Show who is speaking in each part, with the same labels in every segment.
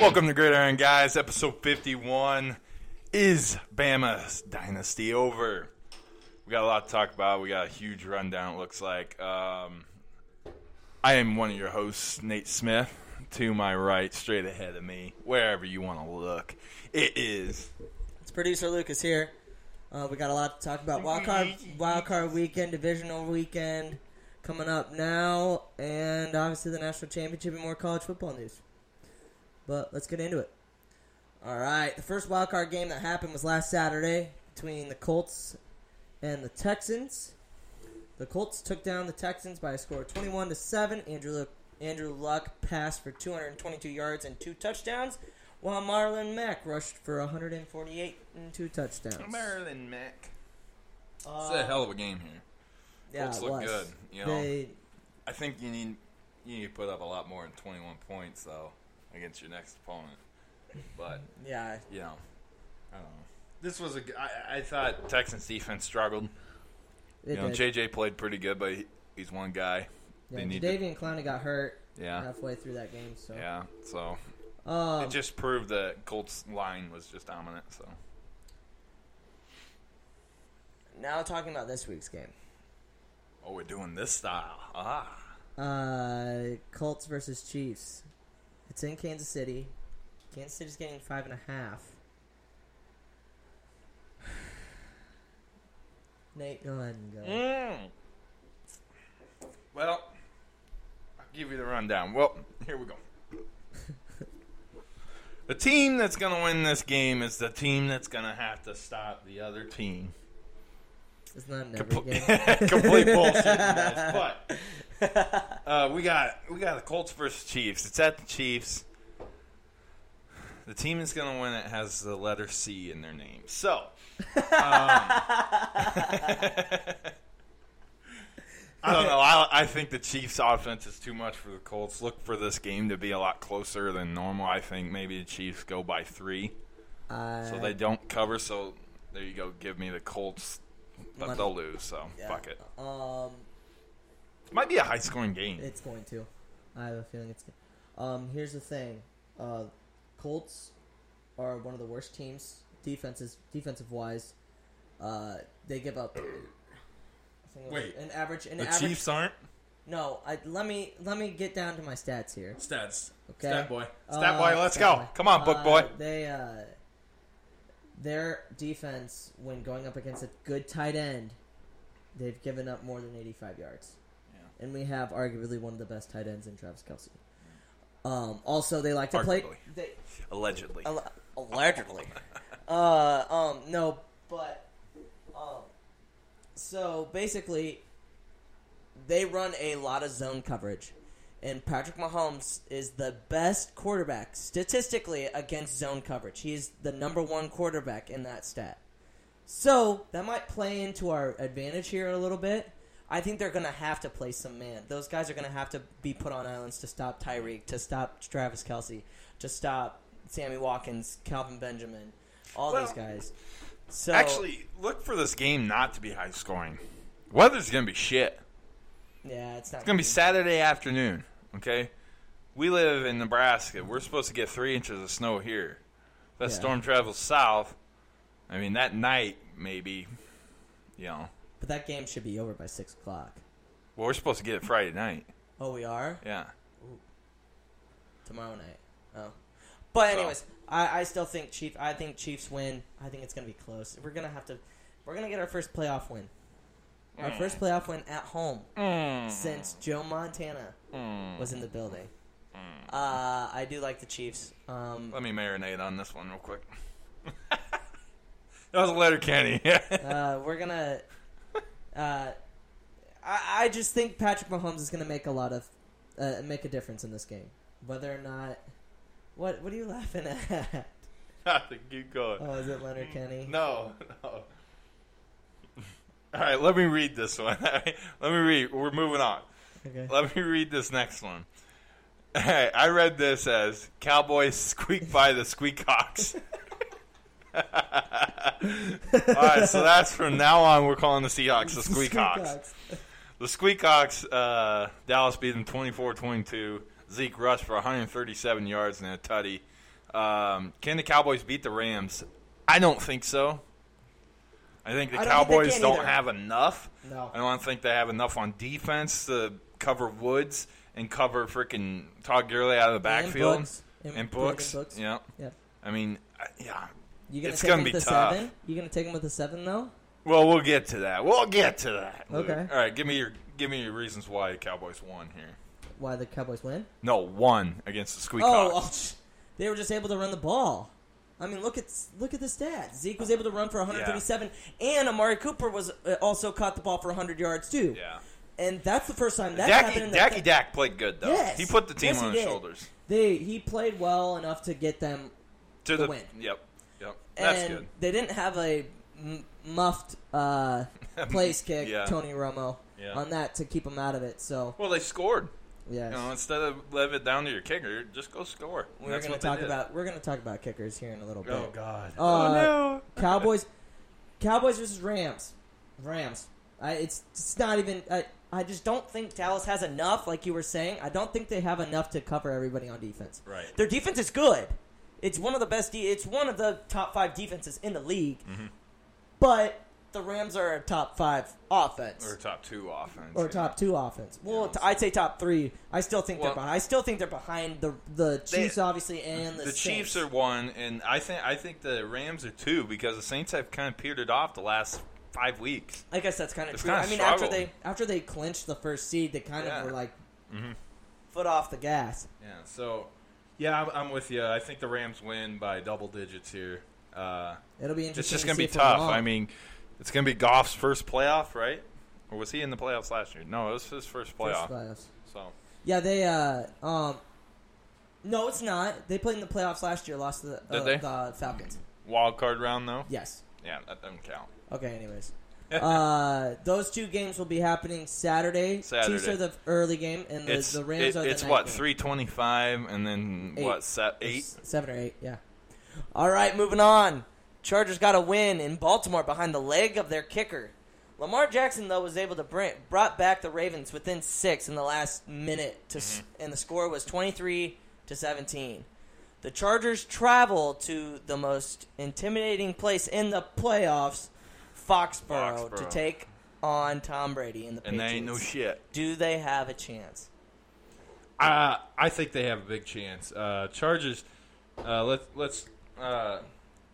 Speaker 1: Welcome to Gridiron Guys, episode 51. Is Bama's dynasty over? We got a lot to talk about. We got a huge rundown, it looks like. Um, I am one of your hosts, Nate Smith. To my right, straight ahead of me, wherever you want to look, it is.
Speaker 2: It's producer Lucas here. Uh, we got a lot to talk about. Wild card, wild card weekend, divisional weekend coming up now, and obviously the national championship and more college football news. But let's get into it. All right, the first wild card game that happened was last Saturday between the Colts and the Texans. The Colts took down the Texans by a score of 21 to 7. Andrew Luck, Andrew Luck passed for 222 yards and two touchdowns, while Marlon Mack rushed for 148 and two touchdowns.
Speaker 1: Maryland Mac. it's a hell of a game here.
Speaker 2: Uh, Yeah,
Speaker 1: Colts
Speaker 2: it
Speaker 1: look
Speaker 2: was.
Speaker 1: good, you know.
Speaker 2: They,
Speaker 1: I think you need you need to put up a lot more than 21 points though against your next opponent. But
Speaker 2: yeah,
Speaker 1: you know, I don't know. This was a. g- I, I thought Texans defense struggled.
Speaker 2: they
Speaker 1: You know,
Speaker 2: did.
Speaker 1: JJ played pretty good, but he, he's one guy.
Speaker 2: yeah,
Speaker 1: they need to-
Speaker 2: Davian Clowney got hurt
Speaker 1: Yeah,
Speaker 2: halfway through that game, so
Speaker 1: yeah. So
Speaker 2: um,
Speaker 1: it just proved that Colts line was just dominant. So
Speaker 2: now talking about this week's game.
Speaker 1: oh, we're doing this style. Ah,
Speaker 2: Uh, Colts versus Chiefs. It's in Kansas City. Kansas City's getting five and a half. Nate, go ahead and go.
Speaker 1: Mm. Well, I'll give you the rundown. Well, here we go. the team that's going to win this game is the team that's going to have to stop the other team.
Speaker 2: It's not an every game.
Speaker 1: Complete bullshit, guys. But uh, we got we got the Colts versus Chiefs. It's at the Chiefs. The team that's going to win it has the letter C in their name. So, um, I don't know. I, I think the Chiefs' offense is too much for the Colts. Look for this game to be a lot closer than normal. I think maybe the Chiefs go by three,
Speaker 2: Uh,
Speaker 1: so they don't cover. So there you go. Give me the Colts, but
Speaker 2: Money.
Speaker 1: they'll lose. So
Speaker 2: yeah.
Speaker 1: fuck it.
Speaker 2: Um,
Speaker 1: Might be a high scoring game.
Speaker 2: It's going to. I have a feeling it's. Going um, here's the thing, uh, Colts are one of the worst teams defenses defensive wise. Uh, they give up. I think it was
Speaker 1: Wait.
Speaker 2: an average. An
Speaker 1: the
Speaker 2: average.
Speaker 1: Chiefs aren't.
Speaker 2: No, I, let me let me get down to my stats here.
Speaker 1: Stats.
Speaker 2: Okay.
Speaker 1: Stat boy.
Speaker 2: Uh,
Speaker 1: Stat boy, let's go.
Speaker 2: boy.
Speaker 1: Come on, book
Speaker 2: Uh,
Speaker 1: boy.
Speaker 2: They uh, their defense when going up against a good tight end, they've given up more than eighty-five yards, and we have arguably one of the best tight ends in Travis Kelsey. Um, also, they like to play.
Speaker 1: Arguably.
Speaker 2: They,
Speaker 1: Allegedly.
Speaker 2: Alle- allegedly. uh, um, no, but, um, so basically, they run a lot of zone coverage, and Patrick Mahomes is the best quarterback statistically against zone coverage. He is the number one quarterback in that stat. So that might play into our advantage here a little bit. I think they're going to have to play some man. Those guys are going to have to be put on islands to stop Tyreek, to stop Travis Kelsey, to stop Sammy Watkins, Calvin Benjamin, all
Speaker 1: Well,
Speaker 2: these guys. So
Speaker 1: Actually, look for this game not to be high scoring. Weather's gonna be shit.
Speaker 2: yeah, it's not
Speaker 1: It's gonna be Saturday afternoon. Okay. We live in Nebraska. We're supposed to get three inches of snow here. If that
Speaker 2: Yeah.
Speaker 1: storm travels south. I mean, that night maybe. You know,
Speaker 2: But that game should be over by six o'clock.
Speaker 1: well, we're supposed to get it Friday night.
Speaker 2: Oh, we are
Speaker 1: Yeah.
Speaker 2: tomorrow night. Oh, but anyways, I, I still think Chief. I think Chiefs win. I think it's gonna be close. We're gonna have to. We're gonna get our first playoff win. Our first playoff win at home since Joe Montana was in the building. Uh, I do like the Chiefs. Um,
Speaker 1: Let me marinate on this one real quick. that was a letter, Kenny.
Speaker 2: uh, we're gonna. Uh, I, I just think Patrick Mahomes is gonna make a lot of uh, make a difference in this game, whether or not. What What are you laughing at?
Speaker 1: Keep going.
Speaker 2: Oh, is it Leonard Kenny?
Speaker 1: No, no. All right, let me read this one. All right, let me read. We're moving on.
Speaker 2: Okay.
Speaker 1: Let me read this next one. All right, I read this as Cowboys squeak by the Squeakcocks. All right, so that's from now on. We're calling the Seahawks the Squeakcocks. The Squeakcocks, uh, Dallas beat them 24-22. Zeke rushed for 137 yards and a tutty. Um, can the Cowboys beat the Rams? I don't think so. I think the
Speaker 2: I don't think they
Speaker 1: Cowboys
Speaker 2: can
Speaker 1: don't
Speaker 2: either.
Speaker 1: have enough.
Speaker 2: No.
Speaker 1: I don't think they have enough on defense to cover Woods and cover freaking Todd Gurley out of the backfield
Speaker 2: Brooks. And-
Speaker 1: And
Speaker 2: and Brooks.
Speaker 1: Yeah.
Speaker 2: Yep.
Speaker 1: I mean, I- yeah.
Speaker 2: You gonna
Speaker 1: It's
Speaker 2: take
Speaker 1: gonna
Speaker 2: him
Speaker 1: be
Speaker 2: with a
Speaker 1: tough.
Speaker 2: seven? You gonna take him with a seven though?
Speaker 1: Well, we'll get to that. We'll get to that. Luke.
Speaker 2: Okay.
Speaker 1: All right, give me your give me your reasons why the Cowboys won here.
Speaker 2: Why the Cowboys win?
Speaker 1: No, one against the Squeakcocks.
Speaker 2: Oh, oh, psh, they were just able to run the ball. I mean, look at look at the stats. Zeke was able to run for 137, and Amari Cooper was uh, also caught the ball for 100 yards too.
Speaker 1: Yeah.
Speaker 2: and that's the first time that happened.
Speaker 1: Dacky,
Speaker 2: In the
Speaker 1: Dacky Dak played good though.
Speaker 2: Yes.
Speaker 1: He put the team
Speaker 2: Yes, he
Speaker 1: on his
Speaker 2: did.
Speaker 1: shoulders.
Speaker 2: They he played well enough to get them,
Speaker 1: To
Speaker 2: The
Speaker 1: the,
Speaker 2: win.
Speaker 1: Yep. Yep. That's
Speaker 2: and
Speaker 1: good.
Speaker 2: they didn't have a m- muffed uh, place kick
Speaker 1: Yeah.
Speaker 2: Tony Romo
Speaker 1: Yeah.
Speaker 2: on that to keep him out of it. So
Speaker 1: Well, they scored.
Speaker 2: yeah,
Speaker 1: You know, instead of leave it down to your kicker, just go score. And
Speaker 2: we're
Speaker 1: That's
Speaker 2: gonna
Speaker 1: what they
Speaker 2: talk
Speaker 1: did.
Speaker 2: about we're gonna talk about kickers here in a little bit.
Speaker 1: Oh God.
Speaker 2: Uh,
Speaker 1: oh no.
Speaker 2: Cowboys, Cowboys versus Rams, Rams. I, it's it's not even. I, I just don't think Dallas has enough. Like you were saying, I don't think they have enough to cover everybody on defense.
Speaker 1: Right.
Speaker 2: Their defense is good. It's one of the best. De- it's one of the top five defenses in the league.
Speaker 1: Mm-hmm.
Speaker 2: But the Rams are a top five offense
Speaker 1: Or top two offense.
Speaker 2: or
Speaker 1: yeah.
Speaker 2: top two offense. Well, t- I'd say top three. I still think they're
Speaker 1: Well-
Speaker 2: behind. I still think they're behind the the Chiefs, obviously, and the,
Speaker 1: The Chiefs are
Speaker 2: Saints.
Speaker 1: one, and I think I think the Rams are two because the Saints have kind of petered off the last five weeks.
Speaker 2: I guess that's kind of
Speaker 1: It's
Speaker 2: true.
Speaker 1: kinda
Speaker 2: I mean, after
Speaker 1: struggled.
Speaker 2: they after they clinched the first seed, they kind
Speaker 1: Yeah. Mm-hmm.
Speaker 2: of were like foot off the gas.
Speaker 1: Yeah. So, yeah, I'm, I'm with you. I think the Rams win by double digits here. Uh,
Speaker 2: It'll be interesting.
Speaker 1: It's just
Speaker 2: to
Speaker 1: going to
Speaker 2: see
Speaker 1: be
Speaker 2: if we're
Speaker 1: tough.
Speaker 2: wrong.
Speaker 1: I mean, it's going to be Goff's first playoff, right? Or was he in the playoffs last year? No, it was his first
Speaker 2: First
Speaker 1: playoff.
Speaker 2: playoffs.
Speaker 1: So
Speaker 2: Yeah, they. uh um No, it's not. They played in the playoffs last year. Lost to the, uh,
Speaker 1: Did they?
Speaker 2: the Falcons.
Speaker 1: wild card round though.
Speaker 2: Yes.
Speaker 1: Yeah, that doesn't count.
Speaker 2: Okay. Anyways. uh, those two games will be happening Saturday. Chiefs
Speaker 1: Saturday.
Speaker 2: are the early game, and the,
Speaker 1: It's
Speaker 2: the Rams
Speaker 1: it-
Speaker 2: are the
Speaker 1: it's
Speaker 2: night
Speaker 1: what
Speaker 2: game.
Speaker 1: three twenty five, and then
Speaker 2: Eight.
Speaker 1: what set
Speaker 2: Or
Speaker 1: eight?
Speaker 2: s- seven or eight. Yeah. All right, moving on. Chargers got a win in Baltimore behind the leg of their kicker. Lamar Jackson though was able to bring brought back the Ravens within six in the last minute, to, s
Speaker 1: Mm-hmm.
Speaker 2: and the score was twenty three to seventeen. The Chargers travel to the most intimidating place in the playoffs, Foxborough, to
Speaker 1: Foxborough.
Speaker 2: take on Tom Brady and the
Speaker 1: And
Speaker 2: Patriots.
Speaker 1: they ain't no shit.
Speaker 2: Do they have a chance?
Speaker 1: Uh, I think they have a big chance. Uh, Chargers. Uh, let's let's. Uh,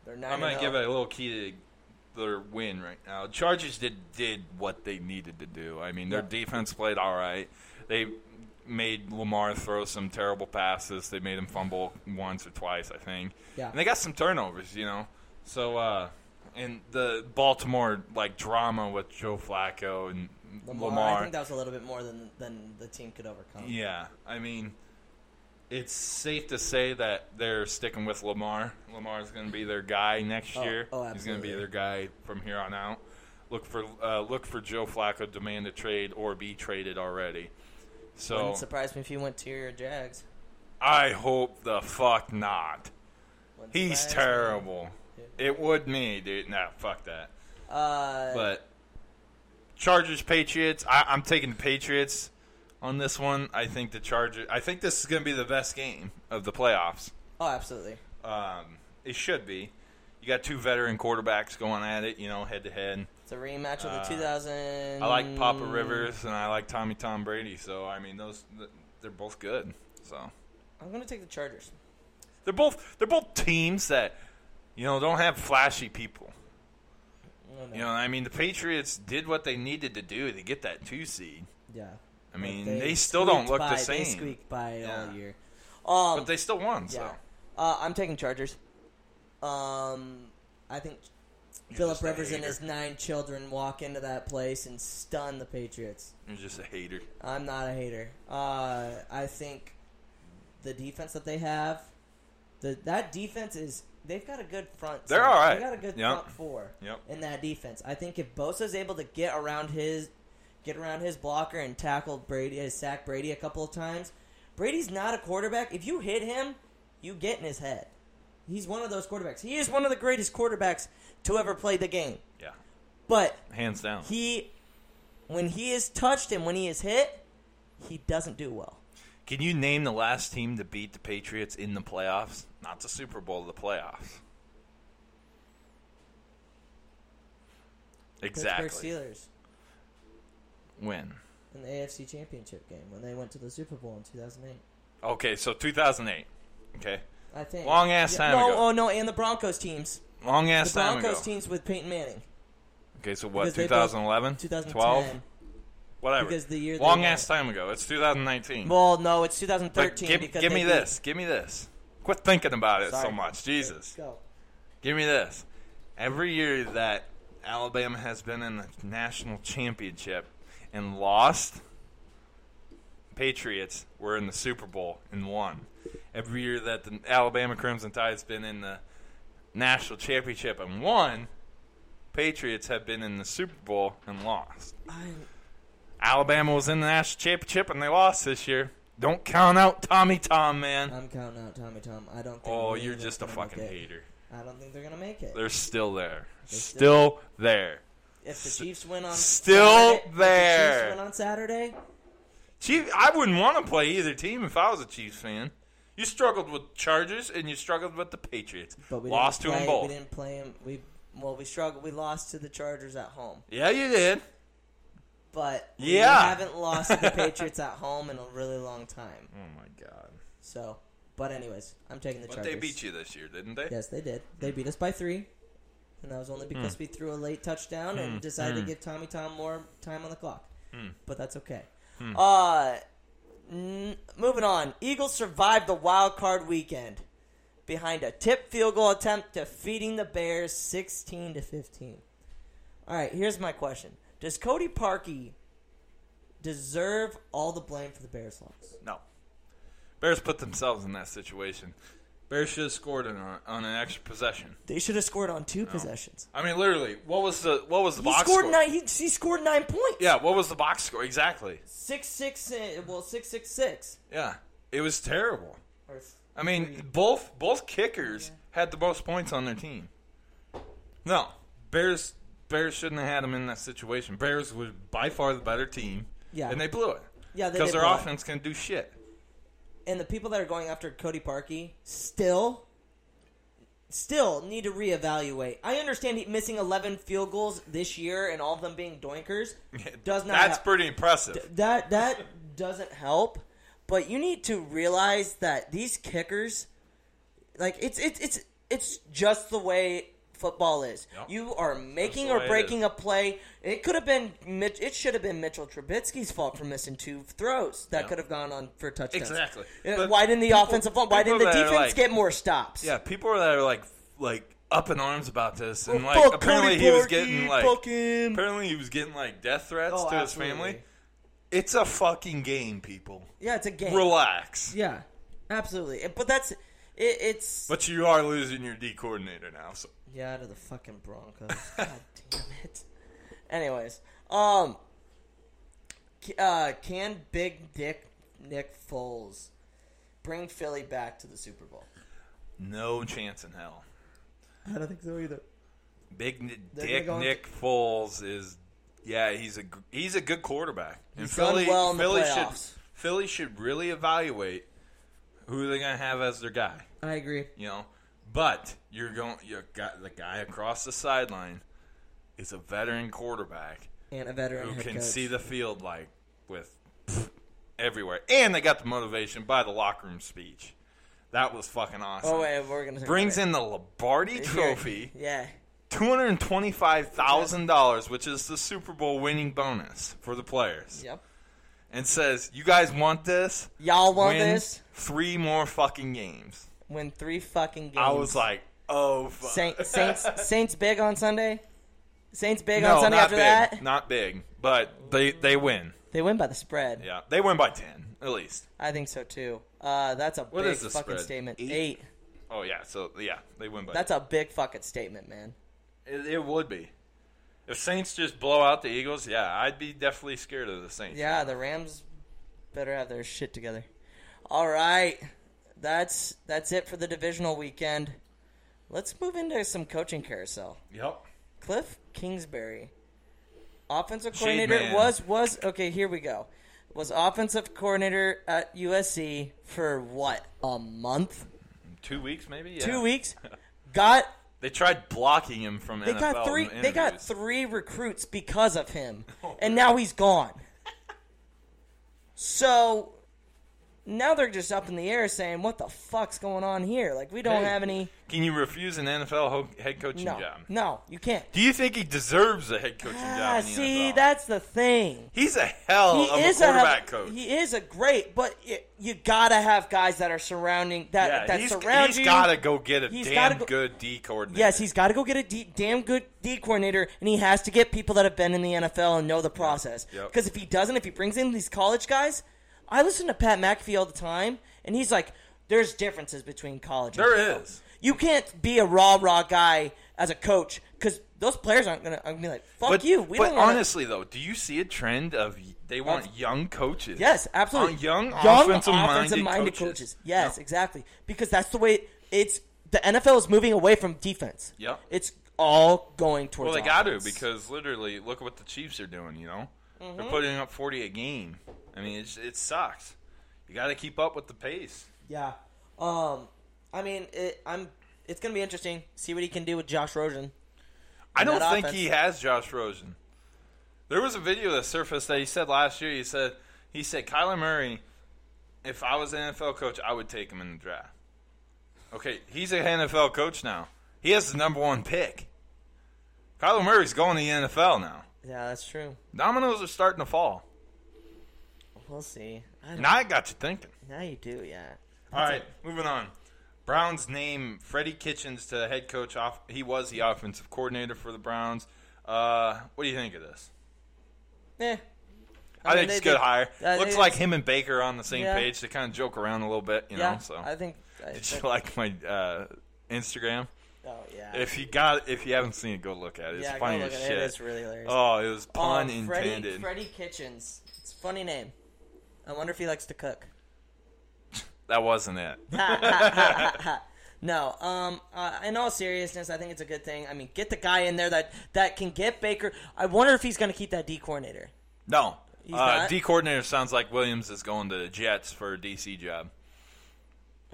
Speaker 2: They're not.
Speaker 1: I'm gonna give it a little key to their win right now. Chargers did did what they needed to do. I mean, their defense played all right. They made Lamar throw some terrible passes. They made him fumble once or twice, I think.
Speaker 2: Yeah.
Speaker 1: And they got some turnovers, you know. So uh and the Baltimore like drama with Joe Flacco and
Speaker 2: Lamar.
Speaker 1: Lamar.
Speaker 2: I think that was a little bit more than than the team could overcome.
Speaker 1: Yeah, I mean, it's safe to say that they're sticking with Lamar. Lamar's going to be their guy next
Speaker 2: Oh,
Speaker 1: year.
Speaker 2: oh,
Speaker 1: He's going to
Speaker 2: absolutely.
Speaker 1: be their guy from here on out. Look for uh, look for Joe Flacco demand a trade or be traded already. So
Speaker 2: Wouldn't surprise me if you went to your Jags.
Speaker 1: I hope the fuck not.
Speaker 2: Wouldn't
Speaker 1: He's
Speaker 2: surprise me.
Speaker 1: terrible. It would me, dude. Nah, fuck that.
Speaker 2: Uh,
Speaker 1: But Chargers, Patriots. I, I'm taking the Patriots on this one. I think the Chargers. I think this is going to be the best game of the playoffs.
Speaker 2: oh, absolutely.
Speaker 1: Um, it should be. You got two veteran quarterbacks going at it, you know, head to head.
Speaker 2: It's a rematch of the 2000.
Speaker 1: Uh, I like Papa
Speaker 2: Mm.
Speaker 1: Rivers and I like Tommy Tom Brady, so I mean those th- they're both good. So
Speaker 2: I'm gonna take the Chargers.
Speaker 1: They're both they're both teams that you know don't have flashy people. You know, I mean, the Patriots did what they needed to do to get that two seed.
Speaker 2: Yeah.
Speaker 1: I
Speaker 2: But
Speaker 1: mean, they still don't
Speaker 2: squeaked
Speaker 1: look the
Speaker 2: by, They
Speaker 1: same.
Speaker 2: squeaked by
Speaker 1: Yeah.
Speaker 2: all year. Um,
Speaker 1: But they still won, so
Speaker 2: yeah. Uh, I'm taking Chargers. Um, I think Philip
Speaker 1: just a
Speaker 2: Rivers and
Speaker 1: hater.
Speaker 2: his nine children walk into that place and stun the Patriots.
Speaker 1: you're just a hater.
Speaker 2: I'm not a hater. Uh, I think the defense that they have, the that defense is they've got a good front.
Speaker 1: They're
Speaker 2: seven.
Speaker 1: all right.
Speaker 2: They got a good
Speaker 1: Yep.
Speaker 2: front four
Speaker 1: Yep.
Speaker 2: in that defense. I think if Bosa's able to get around his get around his blocker and tackle Brady, uh, sack Brady a couple of times. Brady's not a quarterback. If you hit him, you get in his head. He's one of those quarterbacks. He is one of the greatest quarterbacks to ever play the game.
Speaker 1: Yeah,
Speaker 2: But
Speaker 1: hands down.
Speaker 2: he when he is touched and when he is hit, he doesn't do well.
Speaker 1: Can you name the last team to beat the Patriots in the playoffs? Not the Super Bowl, the playoffs. Exactly.
Speaker 2: Pittsburgh Steelers
Speaker 1: When?
Speaker 2: in the AFC Championship game when they went to the Super Bowl in 2008.
Speaker 1: Okay, so 2008. Okay,
Speaker 2: I think
Speaker 1: Long ass time
Speaker 2: no,
Speaker 1: ago.
Speaker 2: Oh no, and the Broncos teams.
Speaker 1: long
Speaker 2: The
Speaker 1: ass time ago.
Speaker 2: Broncos teams with Peyton Manning.
Speaker 1: Okay, so what?
Speaker 2: Because they both-
Speaker 1: 2011,
Speaker 2: 2010.
Speaker 1: 12, whatever.
Speaker 2: because the year they
Speaker 1: long
Speaker 2: won.
Speaker 1: ass time ago. It's 2019.
Speaker 2: Well, no, it's
Speaker 1: But
Speaker 2: 2013
Speaker 1: give,
Speaker 2: because
Speaker 1: give
Speaker 2: they
Speaker 1: me
Speaker 2: beat-
Speaker 1: this. Give me this. Quit thinking about it so
Speaker 2: Sorry.
Speaker 1: much. Jesus.
Speaker 2: Go.
Speaker 1: Give me this. Every year that Alabama has been in the national championship and lost, Patriots were in the Super Bowl and won. Every year that the Alabama Crimson Tide has been in the national championship and won, Patriots have been in the Super Bowl and lost.
Speaker 2: I'm-
Speaker 1: Alabama was in the national championship and they lost this year. Don't count out Tommy Tom, man.
Speaker 2: I'm counting out Tommy Tom. I don't. think
Speaker 1: oh,
Speaker 2: New
Speaker 1: you're
Speaker 2: England's
Speaker 1: just a
Speaker 2: gonna make
Speaker 1: fucking
Speaker 2: it.
Speaker 1: hater.
Speaker 2: I don't think they're gonna make it.
Speaker 1: They're still there.
Speaker 2: still-
Speaker 1: Still there.
Speaker 2: if the Chiefs win on
Speaker 1: Still
Speaker 2: Saturday, If the
Speaker 1: there.
Speaker 2: Chiefs win on Saturday.
Speaker 1: Chief, I wouldn't want to play either team if I was a Chiefs fan. You struggled with Chargers and you struggled with the Patriots.
Speaker 2: But we
Speaker 1: Lost to
Speaker 2: didn't play,
Speaker 1: them both.
Speaker 2: We didn't play him. We well, we struggled. We lost to the Chargers at home,
Speaker 1: Yeah, you did.
Speaker 2: but
Speaker 1: Yeah.
Speaker 2: we haven't lost to the Patriots at home in a really long time.
Speaker 1: Oh my god.
Speaker 2: So, but anyways, I'm taking the
Speaker 1: But
Speaker 2: Chargers.
Speaker 1: they beat you this year, didn't they?
Speaker 2: Yes, they did. They beat us by three, and that was only because
Speaker 1: Hmm.
Speaker 2: we threw a late touchdown and decided to give Tommy Tom more time on the clock.
Speaker 1: Hmm.
Speaker 2: But that's okay. Uh, n- moving on. Eagles survived the wild card weekend behind a tip field goal attempt, defeating the Bears sixteen to fifteen. All right, here's my question: Does Cody Parkey deserve all the blame for the Bears loss?
Speaker 1: No. Bears put themselves in that situation. Bears should have scored on, a- on an extra possession.
Speaker 2: They should have scored on two possessions.
Speaker 1: I mean, literally, what was the what was the
Speaker 2: He
Speaker 1: box
Speaker 2: scored
Speaker 1: score?
Speaker 2: nine. He, he scored nine points.
Speaker 1: Yeah, what was the box score exactly?
Speaker 2: six six uh, well six six six
Speaker 1: Yeah, it was terrible.
Speaker 2: or
Speaker 1: I mean, both both kickers had the most points on their team. No, Bears Bears shouldn't have had them in that situation. Bears was by far the better team.
Speaker 2: Yeah.
Speaker 1: and they blew it.
Speaker 2: Yeah, they
Speaker 1: because
Speaker 2: did
Speaker 1: their
Speaker 2: blow it.
Speaker 1: offense can do shit.
Speaker 2: and the people that are going after Cody Parkey still still need to reevaluate. I understand he missing 11 field goals this year and all of them being doinkers does not
Speaker 1: That's
Speaker 2: hel-
Speaker 1: pretty impressive.
Speaker 2: that that doesn't help, but you need to realize that these kickers like it's it's it's it's just the way football is.
Speaker 1: Yep.
Speaker 2: You are making
Speaker 1: the way
Speaker 2: or
Speaker 1: it
Speaker 2: breaking
Speaker 1: is.
Speaker 2: a play. It could have been Mitch, it should have been Mitchell Trubisky's fault for missing two throws that
Speaker 1: Yep.
Speaker 2: could have gone on for touchdowns.
Speaker 1: Exactly.
Speaker 2: Uh,
Speaker 1: But
Speaker 2: Why didn't the
Speaker 1: people-
Speaker 2: offensive line? Why
Speaker 1: people
Speaker 2: didn't the
Speaker 1: that are
Speaker 2: defense
Speaker 1: like-
Speaker 2: get more stops?
Speaker 1: Yeah, people that are like like up in arms about this, and
Speaker 2: Oh, Fuck
Speaker 1: like
Speaker 2: Cody
Speaker 1: apparently he was
Speaker 2: Parkey,
Speaker 1: getting like
Speaker 2: fuck him.
Speaker 1: apparently he was getting like death threats
Speaker 2: Oh,
Speaker 1: to
Speaker 2: absolutely.
Speaker 1: his family. It's a fucking game, people.
Speaker 2: Yeah, it's a game.
Speaker 1: Relax.
Speaker 2: Yeah, absolutely. But that's it, it's
Speaker 1: But you are losing your D coordinator now, so
Speaker 2: Yeah, to the fucking Broncos. God damn it. Anyways, um, c- uh, can Big Dick Nick Foles bring Philly back to the Super Bowl?
Speaker 1: no chance in hell.
Speaker 2: I don't think so either.
Speaker 1: Big N-
Speaker 2: They're
Speaker 1: Dick
Speaker 2: gonna go
Speaker 1: Nick Foles is, yeah, he's a gr- he's a good quarterback. And
Speaker 2: He's done well in the playoffs.
Speaker 1: should Philly should really evaluate who they're gonna have as their guy.
Speaker 2: I agree.
Speaker 1: You know, but you're going you got the guy across the sideline is a veteran quarterback
Speaker 2: And a veteran
Speaker 1: who
Speaker 2: head
Speaker 1: can
Speaker 2: coach.
Speaker 1: see the field like with everywhere, and they got the motivation by the locker room speech. That was fucking awesome.
Speaker 2: Oh wait, we're gonna talk
Speaker 1: Brings
Speaker 2: about
Speaker 1: in the Lombardi
Speaker 2: it.
Speaker 1: Trophy,
Speaker 2: Yeah.
Speaker 1: two hundred twenty-five thousand dollars, which is the Super Bowl winning bonus for the players,
Speaker 2: Yep.
Speaker 1: and says, "You guys want this?
Speaker 2: Y'all want
Speaker 1: Win
Speaker 2: this?
Speaker 1: Three more fucking games."
Speaker 2: Win three fucking games.
Speaker 1: I was like, "Oh fuck!"
Speaker 2: Saint, Saints Saints big on Sunday. Saints big
Speaker 1: no,
Speaker 2: on Sunday
Speaker 1: not
Speaker 2: after
Speaker 1: big,
Speaker 2: that.
Speaker 1: not big, but they they win.
Speaker 2: They win by the spread.
Speaker 1: Yeah, they win by ten at least.
Speaker 2: I think so too. Uh, that's a
Speaker 1: What
Speaker 2: big
Speaker 1: is the
Speaker 2: fucking
Speaker 1: spread?
Speaker 2: statement.
Speaker 1: Eight?
Speaker 2: Eight?
Speaker 1: Oh yeah, so yeah, they win by.
Speaker 2: That's a big fucking statement, man.
Speaker 1: It, it would be. If Saints just blow out the Eagles, yeah, I'd be definitely scared of the Saints.
Speaker 2: Yeah, the Rams better have their shit together. All right. That's that's it for the divisional weekend. Let's move into some coaching carousel.
Speaker 1: Yep.
Speaker 2: Cliff Kingsbury, offensive
Speaker 1: Shade
Speaker 2: coordinator
Speaker 1: man.
Speaker 2: was was okay. Here we go. Was offensive coordinator at USC for what a month,
Speaker 1: Two weeks maybe. Yeah.
Speaker 2: two weeks. Got
Speaker 1: They tried blocking him from
Speaker 2: they
Speaker 1: NFL.
Speaker 2: got three. They got
Speaker 1: interviews. Oh,
Speaker 2: three recruits because of him, and now he's gone. So now they're just up in the air saying, "What the fuck's going on here? Like we don't
Speaker 1: Hey.
Speaker 2: have any."
Speaker 1: Can you refuse an NFL ho- head coaching
Speaker 2: No,
Speaker 1: job?
Speaker 2: no, you can't.
Speaker 1: Do you think he deserves a head coaching
Speaker 2: Ah,
Speaker 1: job? In the
Speaker 2: see,
Speaker 1: NFL?
Speaker 2: that's the thing.
Speaker 1: he's a hell of a quarterback coach.
Speaker 2: He is a great, but you, you gotta have guys that are surrounding that
Speaker 1: yeah,
Speaker 2: uh, that
Speaker 1: he's,
Speaker 2: surround
Speaker 1: he's
Speaker 2: you.
Speaker 1: got to go get a
Speaker 2: He's
Speaker 1: damn
Speaker 2: gotta go-
Speaker 1: good D coordinator.
Speaker 2: yes, he's got to go get a D, damn good D coordinator, and he has to get people that have been in the NFL and know the process.
Speaker 1: Yep.
Speaker 2: Because if he doesn't, if he brings in these college guys, I listen to Pat McAfee all the time, and he's like, "There's differences between college. and
Speaker 1: there
Speaker 2: NFL."
Speaker 1: is.
Speaker 2: You can't be a raw raw guy as a coach because those players aren't gonna. I'm gonna be like, "Fuck
Speaker 1: But
Speaker 2: you." We
Speaker 1: but
Speaker 2: don't wanna-
Speaker 1: honestly though, do you see a trend of they want young coaches?
Speaker 2: Yes, absolutely.
Speaker 1: On young,
Speaker 2: offensive-minded
Speaker 1: minded
Speaker 2: Yes, exactly. Because that's the way it's the NFL is moving away from defense.
Speaker 1: Yep.
Speaker 2: It's all going towards
Speaker 1: Well, they got to
Speaker 2: offense.
Speaker 1: because literally, look at what the Chiefs are doing. You know, they're
Speaker 2: Mm-hmm.
Speaker 1: putting up forty a game. I mean, it's, it sucks. You got to keep up with the pace.
Speaker 2: Yeah. Um I mean, it, I'm it's going to be interesting. See what he can do with Josh Rosen.
Speaker 1: I
Speaker 2: And
Speaker 1: don't
Speaker 2: that
Speaker 1: think
Speaker 2: offense-
Speaker 1: he has Josh Rosen. There was a video that surfaced that he said last year. He said he said Kyler Murray. If I was an NFL coach, I would take him in the draft. Okay, he's an NFL coach now. He has the number one pick. Kyler Murray's going to the NFL now.
Speaker 2: Yeah, that's true.
Speaker 1: Dominoes are starting to fall.
Speaker 2: We'll see. I don't,
Speaker 1: Now I got you thinking.
Speaker 2: now you do, yeah.
Speaker 1: All right, moving on. Browns name Freddie Kitchens to head coach. Off, he was the offensive coordinator for the Browns. Uh, what do you think of this?
Speaker 2: Eh.
Speaker 1: I, think
Speaker 2: mean, they-
Speaker 1: it's a good
Speaker 2: they-
Speaker 1: hire.
Speaker 2: I
Speaker 1: Looks
Speaker 2: think
Speaker 1: like
Speaker 2: it's-
Speaker 1: him and Baker are on the same
Speaker 2: Yeah.
Speaker 1: page. They kind of joke around a little bit, you
Speaker 2: Yeah,
Speaker 1: know. So,
Speaker 2: I think I
Speaker 1: did
Speaker 2: think-
Speaker 1: you like my uh, Instagram?
Speaker 2: Oh, yeah.
Speaker 1: If you got, if you haven't seen it, go look at it. It's
Speaker 2: yeah, go
Speaker 1: funny
Speaker 2: look
Speaker 1: as
Speaker 2: at
Speaker 1: shit.
Speaker 2: It is really hilarious.
Speaker 1: oh, it was pun
Speaker 2: Um, Freddie-
Speaker 1: intended.
Speaker 2: Freddie Kitchens. It's a funny name. I wonder if he likes to cook.
Speaker 1: That wasn't it.
Speaker 2: No, um, uh, in all seriousness, I think it's a good thing. I mean, get the guy in there that that can get Baker. I wonder if he's going to keep that D coordinator.
Speaker 1: No. Uh,
Speaker 2: not?
Speaker 1: D coordinator sounds like Williams is going to the Jets for a DC job.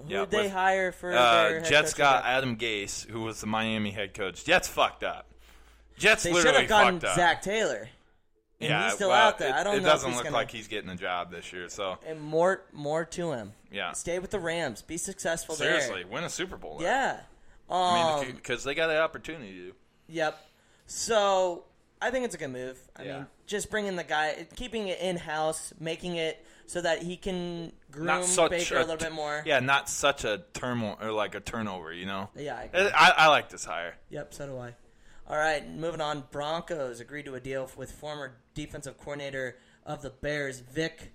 Speaker 2: Who
Speaker 1: Yeah,
Speaker 2: would they
Speaker 1: with-
Speaker 2: hire for? their
Speaker 1: Uh,
Speaker 2: head
Speaker 1: Jets
Speaker 2: coaching
Speaker 1: got
Speaker 2: job?
Speaker 1: Adam Gase, who was the Miami head coach. Jets fucked up. Jets
Speaker 2: They should
Speaker 1: literally
Speaker 2: have gotten
Speaker 1: fucked up.
Speaker 2: Zach Taylor and he's still
Speaker 1: well,
Speaker 2: out there.
Speaker 1: It,
Speaker 2: I don't
Speaker 1: it
Speaker 2: know if
Speaker 1: doesn't
Speaker 2: he's
Speaker 1: look
Speaker 2: gonna-
Speaker 1: like he's getting a job this year. So
Speaker 2: and more more to him.
Speaker 1: Yeah.
Speaker 2: stay with the Rams. Be successful
Speaker 1: seriously, win a Super Bowl. there.
Speaker 2: there. Yeah. Um,
Speaker 1: I mean, because they got the opportunity. to.
Speaker 2: Yep. So I think it's a good move. I
Speaker 1: Yeah.
Speaker 2: mean, just bringing the guy, keeping it in house, making it so that he can groom
Speaker 1: Not such
Speaker 2: Baker
Speaker 1: a,
Speaker 2: a, little bit more.
Speaker 1: Yeah, not such a turmoil or like a turnover. You know.
Speaker 2: Yeah, I agree.
Speaker 1: I, I like this hire.
Speaker 2: Yep. So do I. All right. Moving on. Broncos agreed to a deal with former defensive coordinator of the Bears, Vic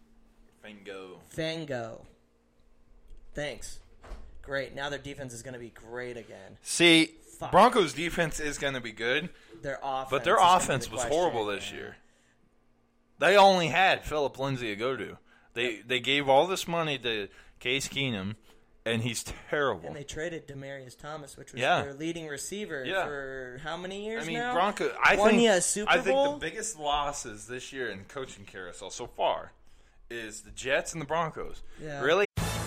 Speaker 1: Bingo.
Speaker 2: Fango. Thanks. Great. Now their defense is going to be great again.
Speaker 1: See,
Speaker 2: Fuck.
Speaker 1: Broncos defense is going to be good,
Speaker 2: Their offense.
Speaker 1: but their
Speaker 2: is gonna be the
Speaker 1: offense was
Speaker 2: question.
Speaker 1: horrible this year. They only had Philip Lindsay to go to. They they gave all this money to Case Keenum, and he's terrible.
Speaker 2: And they traded Demarius Thomas, which was
Speaker 1: Yeah.
Speaker 2: their leading receiver
Speaker 1: Yeah.
Speaker 2: for how many years
Speaker 1: I mean, uh,
Speaker 2: now?
Speaker 1: Bronco. I
Speaker 2: Won
Speaker 1: think
Speaker 2: you a Super
Speaker 1: I think
Speaker 2: Bowl?
Speaker 1: the biggest losses this year in coaching carousel so far is the Jets and the Broncos.
Speaker 2: Yeah.
Speaker 1: Really,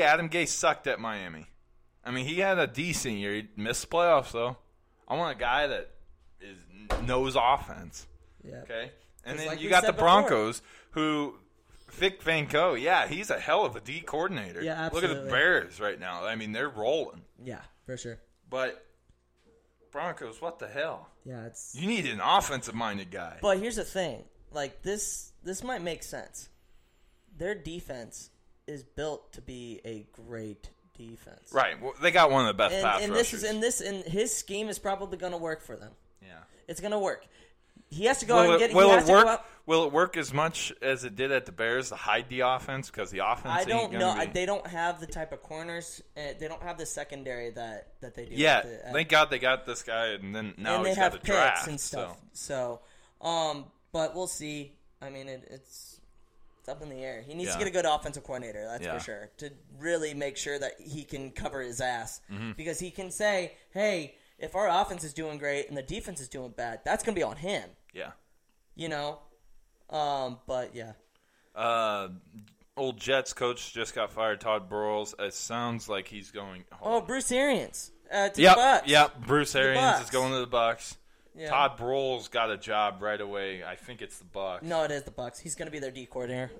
Speaker 1: Yeah, Adam Gay sucked at Miami. I mean, he had a decent year. He missed playoffs though. I want a guy that is knows offense.
Speaker 2: Yeah.
Speaker 1: Okay, and
Speaker 2: It's
Speaker 1: then
Speaker 2: like
Speaker 1: you
Speaker 2: we
Speaker 1: got the
Speaker 2: said before.
Speaker 1: Broncos, who Vic Vanco. Yeah, he's a hell of a D coordinator.
Speaker 2: Yeah,
Speaker 1: Look at the
Speaker 2: absolutely.
Speaker 1: Bears right now. I mean, they're rolling.
Speaker 2: Yeah, for sure.
Speaker 1: But Broncos, what the hell?
Speaker 2: Yeah, it's.
Speaker 1: You need an offensive minded guy.
Speaker 2: But here's the thing: like this, this might make sense. Their defense is built to be a great defense,
Speaker 1: right. Well, they got one of the best
Speaker 2: And,
Speaker 1: pass
Speaker 2: and
Speaker 1: rushers.
Speaker 2: this is and this and his scheme is probably going to work for them.
Speaker 1: yeah.
Speaker 2: It's going to work. He has to go out
Speaker 1: Will
Speaker 2: and get.
Speaker 1: it,
Speaker 2: he
Speaker 1: will
Speaker 2: has
Speaker 1: it
Speaker 2: to go
Speaker 1: work?
Speaker 2: out-
Speaker 1: Will it work as much as it did at the Bears to hide the offense? Because the offense.
Speaker 2: I
Speaker 1: ain't
Speaker 2: don't know.
Speaker 1: gonna
Speaker 2: I,
Speaker 1: be-
Speaker 2: they don't have the type of corners. Uh, they don't have the secondary that that they do.
Speaker 1: yeah,
Speaker 2: with the- uh,
Speaker 1: thank God they got this guy, and then now
Speaker 2: and they
Speaker 1: he's
Speaker 2: have
Speaker 1: got a
Speaker 2: picks
Speaker 1: draft.
Speaker 2: and stuff.
Speaker 1: So
Speaker 2: So. um, but we'll see. I mean, it, it's it's up in the air. He needs
Speaker 1: Yeah.
Speaker 2: to get a good offensive coordinator. That's
Speaker 1: Yeah.
Speaker 2: for sure to really make sure that he can cover his ass
Speaker 1: Mm-hmm.
Speaker 2: because he can say, "Hey, if our offense is doing great and the defense is doing bad, that's gonna be on him."
Speaker 1: yeah,
Speaker 2: You know. Um, but yeah,
Speaker 1: uh, old Jets coach just got fired. Todd Burrows. It sounds like he's going.
Speaker 2: oh,
Speaker 1: Hold on.
Speaker 2: Bruce Arians. Uh, to
Speaker 1: yep,
Speaker 2: the Bucks.
Speaker 1: yep. Bruce Arians is
Speaker 2: Bucks.
Speaker 1: going to the Bucks.
Speaker 2: Yeah.
Speaker 1: Todd Burrows got a job right away. I think it's the Bucks.
Speaker 2: No, it is the Bucks. He's gonna be their D coordinator.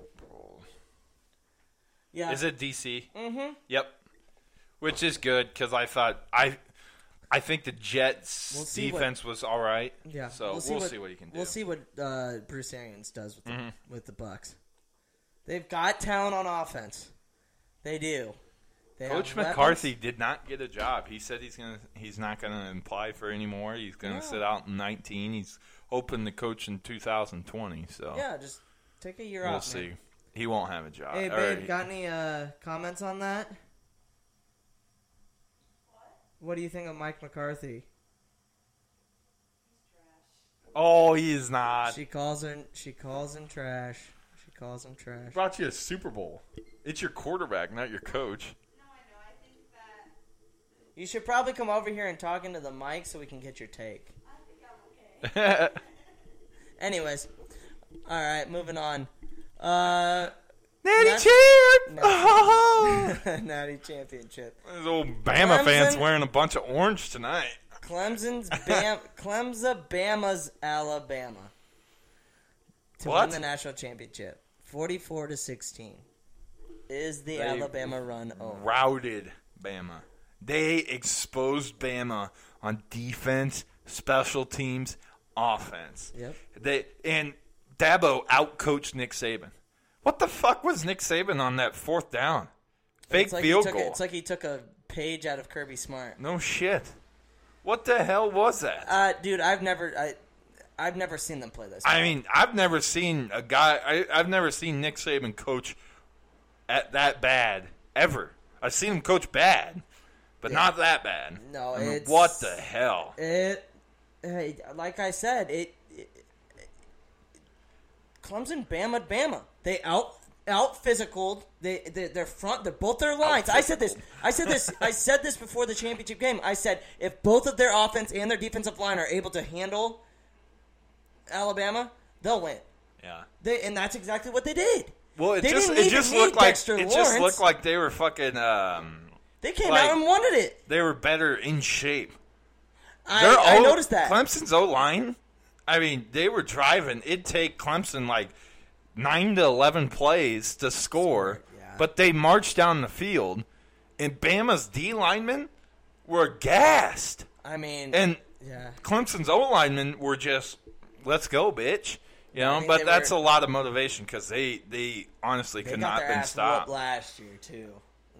Speaker 2: Yeah.
Speaker 1: Is it DC? Mm-hmm. Yep. Which is good because I thought I, I think the Jets
Speaker 2: We'll see what-
Speaker 1: defense was all right.
Speaker 2: Yeah.
Speaker 1: So we'll see, what, you can do. Mm-hmm.
Speaker 2: We'll see what uh, Bruce Arians does with the, with the Bucks. They've got talent on offense. They do. They
Speaker 1: Coach
Speaker 2: have weapons.
Speaker 1: McCarthy did not get a job. He said he's gonna he's not gonna apply for anymore. He's gonna sit out in 19. He's hoping to coach in 2020. So
Speaker 2: Yeah, just take a year
Speaker 1: we'll
Speaker 2: off.
Speaker 1: see.
Speaker 2: man.
Speaker 1: He won't have a job.
Speaker 2: Hey,
Speaker 1: Or
Speaker 2: babe,
Speaker 1: he-
Speaker 2: got any uh, comments on that? What? What do you think of Mike McCarthy?
Speaker 1: oh, he is not.
Speaker 2: She calls him. She calls him trash. She calls him trash.
Speaker 1: brought you a Super Bowl. It's your quarterback, not your coach.
Speaker 2: You should probably come over here and talk into the mic so we can get your take. Anyways, all right, moving on. Uh,
Speaker 1: Natty
Speaker 2: Not-
Speaker 1: champ.
Speaker 2: Natty Championship.
Speaker 1: Those old Bama fans
Speaker 2: Clemson-
Speaker 1: wearing a bunch of orange tonight.
Speaker 2: Clemson's Bam, Clemsa Bama's Alabama to
Speaker 1: What?
Speaker 2: win the national championship, forty-four to sixteen. Is the
Speaker 1: They-
Speaker 2: Alabama run over?
Speaker 1: Routed Bama. They exposed Bama on defense, special teams, offense.
Speaker 2: Yep.
Speaker 1: They and Dabo outcoached Nick Saban. What the fuck was Nick Saban on that fourth down? Fake
Speaker 2: It's like, he
Speaker 1: field
Speaker 2: took a,
Speaker 1: goal.
Speaker 2: it's like he took a page out of Kirby Smart.
Speaker 1: no shit. What the hell was that?
Speaker 2: Uh, dude, I've never, I, I've never seen them play this.
Speaker 1: I mean, I've never seen a guy. I, I've never seen Nick Saban coach at that bad ever. I've seen him coach bad, but not that bad.
Speaker 2: No,
Speaker 1: I mean,
Speaker 2: it's-
Speaker 1: what the hell?
Speaker 2: It, hey, like I said, it, it, Clemson, Bama, Bama. They out out physicaled. They, they their front. They're both their lines. I said this. I said this. I said this before the championship game. I said if both of their offense and their defensive line are able to handle Alabama, they'll win.
Speaker 1: yeah.
Speaker 2: They and that's exactly what they did.
Speaker 1: Well, it
Speaker 2: they
Speaker 1: just
Speaker 2: didn't
Speaker 1: it
Speaker 2: even
Speaker 1: just
Speaker 2: need
Speaker 1: looked like
Speaker 2: Dexter
Speaker 1: it just
Speaker 2: Lawrence.
Speaker 1: looked like they were fucking. Um,
Speaker 2: they came
Speaker 1: like-
Speaker 2: out and wanted it.
Speaker 1: they were better in shape. Their
Speaker 2: I, I
Speaker 1: O-
Speaker 2: noticed that.
Speaker 1: Clemson's O line. I mean, they were driving. It'd take Clemson like nine to eleven plays to score.
Speaker 2: Yeah.
Speaker 1: But they marched down the field, and Bama's D linemen were gassed.
Speaker 2: I mean,
Speaker 1: And
Speaker 2: yeah,
Speaker 1: Clemson's O linemen were just, let's go, bitch. You know,
Speaker 2: think
Speaker 1: but
Speaker 2: they
Speaker 1: that's
Speaker 2: were-
Speaker 1: a lot of motivation because they, they honestly
Speaker 2: they
Speaker 1: could
Speaker 2: got
Speaker 1: not
Speaker 2: their
Speaker 1: been
Speaker 2: ass
Speaker 1: stopped.
Speaker 2: whooped last year too.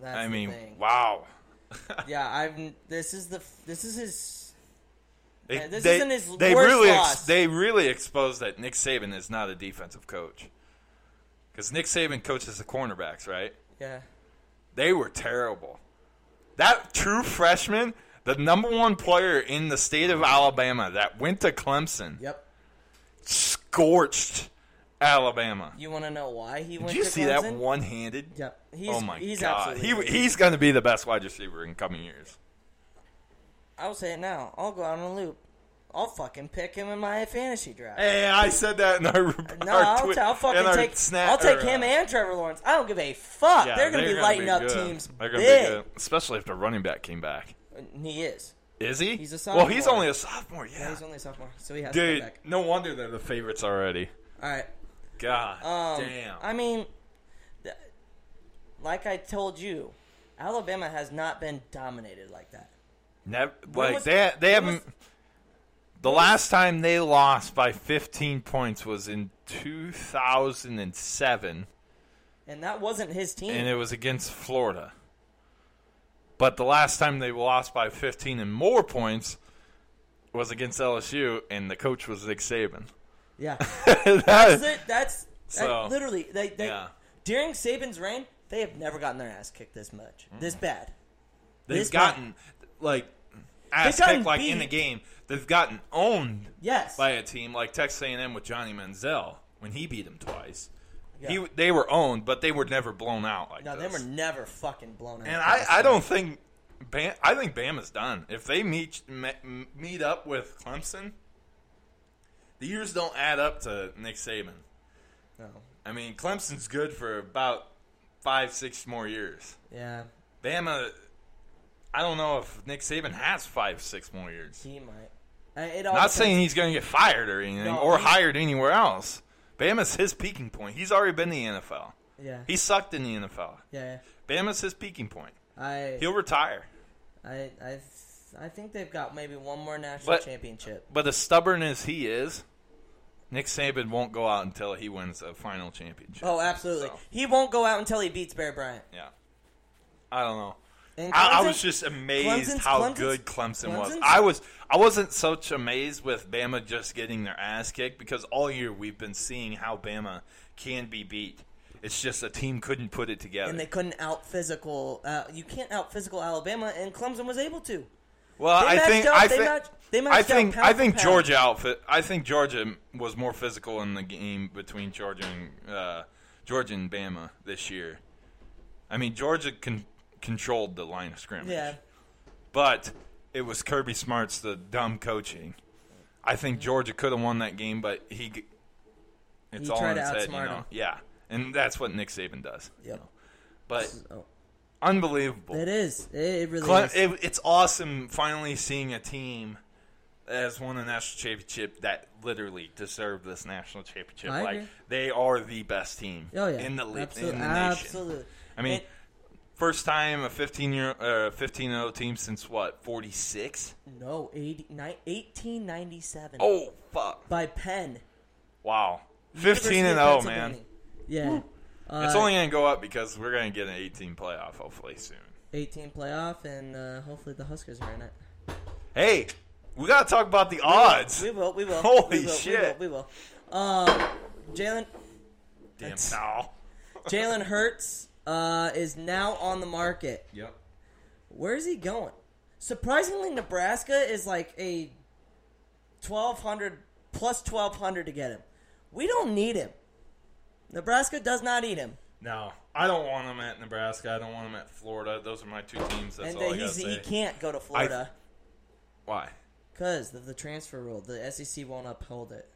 Speaker 2: That's
Speaker 1: I
Speaker 2: the
Speaker 1: mean,
Speaker 2: thing.
Speaker 1: wow.
Speaker 2: yeah, I've this is the f- this is his
Speaker 1: They,
Speaker 2: Yeah, this
Speaker 1: they-
Speaker 2: isn't his
Speaker 1: they
Speaker 2: worst
Speaker 1: really
Speaker 2: loss.
Speaker 1: they really exposed that Nick Saban is not a defensive coach. Because Nick Saban coaches the cornerbacks, right?
Speaker 2: yeah.
Speaker 1: They were terrible. That true freshman, the number one player in the state of Alabama that went to Clemson,
Speaker 2: Yep.
Speaker 1: scorched Alabama.
Speaker 2: You want to know why he went?
Speaker 1: Did you
Speaker 2: to
Speaker 1: see
Speaker 2: Clemson?
Speaker 1: that one handed?
Speaker 2: Yep. He's,
Speaker 1: Oh my
Speaker 2: he's
Speaker 1: god. He,
Speaker 2: Absolutely.
Speaker 1: he's going to be the best wide receiver in coming years.
Speaker 2: I'll say it now. I'll go out on a loop. I'll fucking pick him in my fantasy draft.
Speaker 1: Hey, I said that in our
Speaker 2: No,
Speaker 1: our
Speaker 2: I'll,
Speaker 1: twi-
Speaker 2: t- I'll
Speaker 1: in
Speaker 2: fucking
Speaker 1: our
Speaker 2: take.
Speaker 1: snap-
Speaker 2: I'll take
Speaker 1: or,
Speaker 2: him
Speaker 1: uh,
Speaker 2: and Trevor Lawrence. I don't give a fuck.
Speaker 1: Yeah,
Speaker 2: they're gonna be
Speaker 1: gonna
Speaker 2: lighting up
Speaker 1: good.
Speaker 2: teams
Speaker 1: They're gonna
Speaker 2: big.
Speaker 1: good, especially if the running back came back.
Speaker 2: And He is.
Speaker 1: Is he?
Speaker 2: He's a
Speaker 1: Well, he's
Speaker 2: sophomore.
Speaker 1: only a sophomore. Yeah.
Speaker 2: He's only a sophomore, so he has to
Speaker 1: Dude,
Speaker 2: come back.
Speaker 1: no wonder they're the favorites already.
Speaker 2: All right.
Speaker 1: God
Speaker 2: Um,
Speaker 1: damn.
Speaker 2: I mean, th- like I told you, Alabama has not been dominated like that.
Speaker 1: Never, like
Speaker 2: was-
Speaker 1: they they
Speaker 2: when
Speaker 1: haven't. The last time they lost by 15 points was in 2007,
Speaker 2: And that wasn't his team.
Speaker 1: and it was against Florida. But the last time they lost by 15 and more points was against LSU, and the coach was Nick Saban.
Speaker 2: yeah.
Speaker 1: That-
Speaker 2: That's, that's
Speaker 1: So,
Speaker 2: that, literally they, they
Speaker 1: yeah.
Speaker 2: during Saban's reign, they have never gotten their ass kicked this much, this bad.
Speaker 1: They've
Speaker 2: This
Speaker 1: gotten like ass
Speaker 2: They've gotten
Speaker 1: kicked like in the
Speaker 2: beat.
Speaker 1: game. They've gotten owned
Speaker 2: Yes.
Speaker 1: by a team like Texas A&M with Johnny Manziel when he beat him twice.
Speaker 2: Yeah.
Speaker 1: He they were owned, but they were never blown out like
Speaker 2: no, they
Speaker 1: this.
Speaker 2: were never fucking blown out.
Speaker 1: and I, I don't think Bam, I think Bama's done. If they meet me- meet up with Clemson, the years don't add up to Nick Saban.
Speaker 2: No.
Speaker 1: I mean, Clemson's good for about five, six more years.
Speaker 2: Yeah,
Speaker 1: Bama, I don't know if Nick Saban has five, six more years.
Speaker 2: he might. Uh, It all
Speaker 1: Not
Speaker 2: depends-
Speaker 1: saying he's going to get fired or anything
Speaker 2: No,
Speaker 1: or
Speaker 2: he-
Speaker 1: hired anywhere else. Bama's his peaking point. He's already been in the NFL.
Speaker 2: Yeah.
Speaker 1: He sucked in the NFL.
Speaker 2: yeah.
Speaker 1: Bama's his peaking point.
Speaker 2: I,
Speaker 1: He'll retire.
Speaker 2: I, I, I think they've got maybe one more national
Speaker 1: But-
Speaker 2: championship.
Speaker 1: But as stubborn as he is, Nick Saban won't go out until he wins a final championship.
Speaker 2: Oh, absolutely.
Speaker 1: So,
Speaker 2: He won't go out until he beats Bear Bryant.
Speaker 1: yeah. I don't know.
Speaker 2: And
Speaker 1: I, I was
Speaker 2: Clemson-
Speaker 1: just amazed
Speaker 2: Clemson's-
Speaker 1: how
Speaker 2: Clemson's-
Speaker 1: good Clemson was.
Speaker 2: Clemson's-
Speaker 1: I was I wasn't such amazed with Bama just getting their ass kicked because all year we've been seeing how Bama can be beat. It's just a team couldn't put it together.
Speaker 2: and they couldn't out physical. Uh, you can't out physical Alabama, and Clemson was able to.
Speaker 1: well,
Speaker 2: they
Speaker 1: I
Speaker 2: matched
Speaker 1: think
Speaker 2: up-
Speaker 1: I
Speaker 2: they
Speaker 1: think
Speaker 2: matched- they matched
Speaker 1: I
Speaker 2: up
Speaker 1: think
Speaker 2: pound
Speaker 1: I
Speaker 2: for
Speaker 1: think
Speaker 2: pound.
Speaker 1: Georgia outfit. I think Georgia was more physical in the game between Georgia and uh, Georgia and Bama this year. I mean, Georgia con- controlled the line of scrimmage.
Speaker 2: Yeah,
Speaker 1: but it was Kirby Smart's the dumb coaching. I think Georgia could have won that game, but he g- it's
Speaker 2: He
Speaker 1: all in
Speaker 2: tried to
Speaker 1: his head, you
Speaker 2: outsmart
Speaker 1: know.
Speaker 2: him.
Speaker 1: Yeah, and that's what Nick Saban does.
Speaker 2: Yep.
Speaker 1: But
Speaker 2: So,
Speaker 1: unbelievable.
Speaker 2: it is. It, it really
Speaker 1: Cle-
Speaker 2: is.
Speaker 1: it- it's awesome finally seeing a team that has won a national championship that literally deserved this national championship.
Speaker 2: I
Speaker 1: like
Speaker 2: agree.
Speaker 1: they are the best team
Speaker 2: oh yeah,
Speaker 1: in the league,
Speaker 2: Absolute-
Speaker 1: in the nation.
Speaker 2: absolutely.
Speaker 1: I mean,
Speaker 2: It-
Speaker 1: first time a 15 year uh, 15 0 team since what 46?
Speaker 2: no, 80, ni- 1897
Speaker 1: Oh fuck!
Speaker 2: by Penn.
Speaker 1: Wow, 15 and
Speaker 2: University of
Speaker 1: 0, man.
Speaker 2: Pennsylvania. Yeah. Uh,
Speaker 1: It's only gonna go up because we're gonna get an 18 playoff hopefully soon.
Speaker 2: 18 playoff, and uh, hopefully the Huskers are in it.
Speaker 1: Hey, we gotta talk about the odds.
Speaker 2: We will. We will.
Speaker 1: Holy
Speaker 2: we will,
Speaker 1: shit.
Speaker 2: We will. We will. Uh, Jalen
Speaker 1: Damn foul.
Speaker 2: Jalen Hurts uh, is now on the market.
Speaker 1: Yep.
Speaker 2: Where is he going? Surprisingly, Nebraska is like a twelve hundred plus twelve hundred to get him. We don't need him. Nebraska does not need him,
Speaker 1: No, I don't want him at Nebraska. I don't want him at Florida. Those are my two teams. That's
Speaker 2: and
Speaker 1: all I gotta
Speaker 2: he's, E
Speaker 1: say.
Speaker 2: he can't go to Florida
Speaker 1: Why?
Speaker 2: because of the transfer rule. The SEC won't uphold it.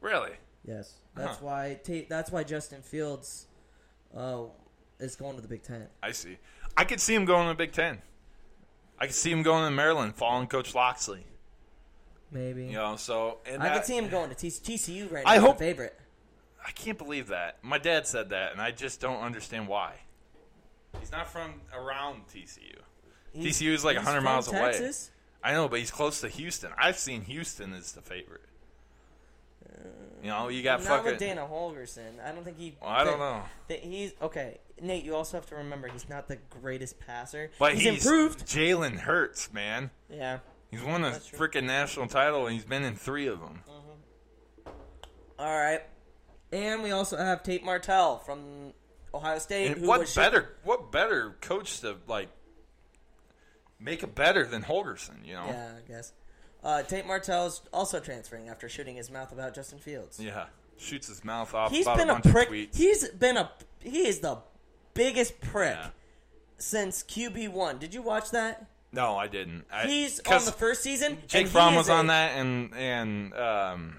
Speaker 1: Really?
Speaker 2: Yes, that's
Speaker 1: Huh.
Speaker 2: why. Ta- that's why Justin Fields uh, is going to the Big Ten.
Speaker 1: I see. I could see him going to the Big Ten. I could see him going to Maryland, following Coach Loxley.
Speaker 2: Maybe
Speaker 1: You know, so and
Speaker 2: I
Speaker 1: that,
Speaker 2: can see him going to T- TCU right now.
Speaker 1: I
Speaker 2: as the
Speaker 1: hope-
Speaker 2: favorite.
Speaker 1: I can't believe that. My dad said that, and I just don't understand why. He's not from around TCU.
Speaker 3: He's-
Speaker 1: TCU is like
Speaker 3: he's
Speaker 1: 100
Speaker 3: from
Speaker 1: miles
Speaker 3: Texas?
Speaker 1: away. I know, but he's close to Houston. I've seen Houston is the favorite. You know, you got
Speaker 2: Not with
Speaker 1: fucking.
Speaker 2: Dana Holgerson. I don't think he.
Speaker 1: Well, I don't know.
Speaker 2: that he's okay. Nate, you also have to remember he's not the greatest passer.
Speaker 1: But
Speaker 2: he's,
Speaker 1: he's,
Speaker 2: improved.
Speaker 1: Jalen Hurts, man.
Speaker 2: Yeah.
Speaker 1: He's won a
Speaker 2: That's true.
Speaker 1: freaking national title, and he's been in three of them.
Speaker 2: All right. And we also have Tate Martell from Ohio State.
Speaker 1: And
Speaker 2: who
Speaker 1: what
Speaker 2: was shit-
Speaker 1: better, what better coach to like make it better than Holgerson? You know,
Speaker 2: Yeah, I guess. Uh, Tate Martell's also transferring after shooting his mouth about Justin Fields.
Speaker 1: Yeah. shoots his mouth off.
Speaker 2: He's
Speaker 1: about
Speaker 2: been
Speaker 1: a,
Speaker 2: a
Speaker 1: bunch Of
Speaker 2: prick.
Speaker 1: tweets.
Speaker 2: He's been a he is the biggest prick
Speaker 1: Yeah.
Speaker 2: since QB one. Did you watch that?
Speaker 1: No, I didn't. I,
Speaker 2: He's on
Speaker 1: 'cause
Speaker 2: the first season.
Speaker 1: Jake
Speaker 2: and he
Speaker 1: Fromm
Speaker 2: is
Speaker 1: was on
Speaker 2: a-
Speaker 1: that, and and um,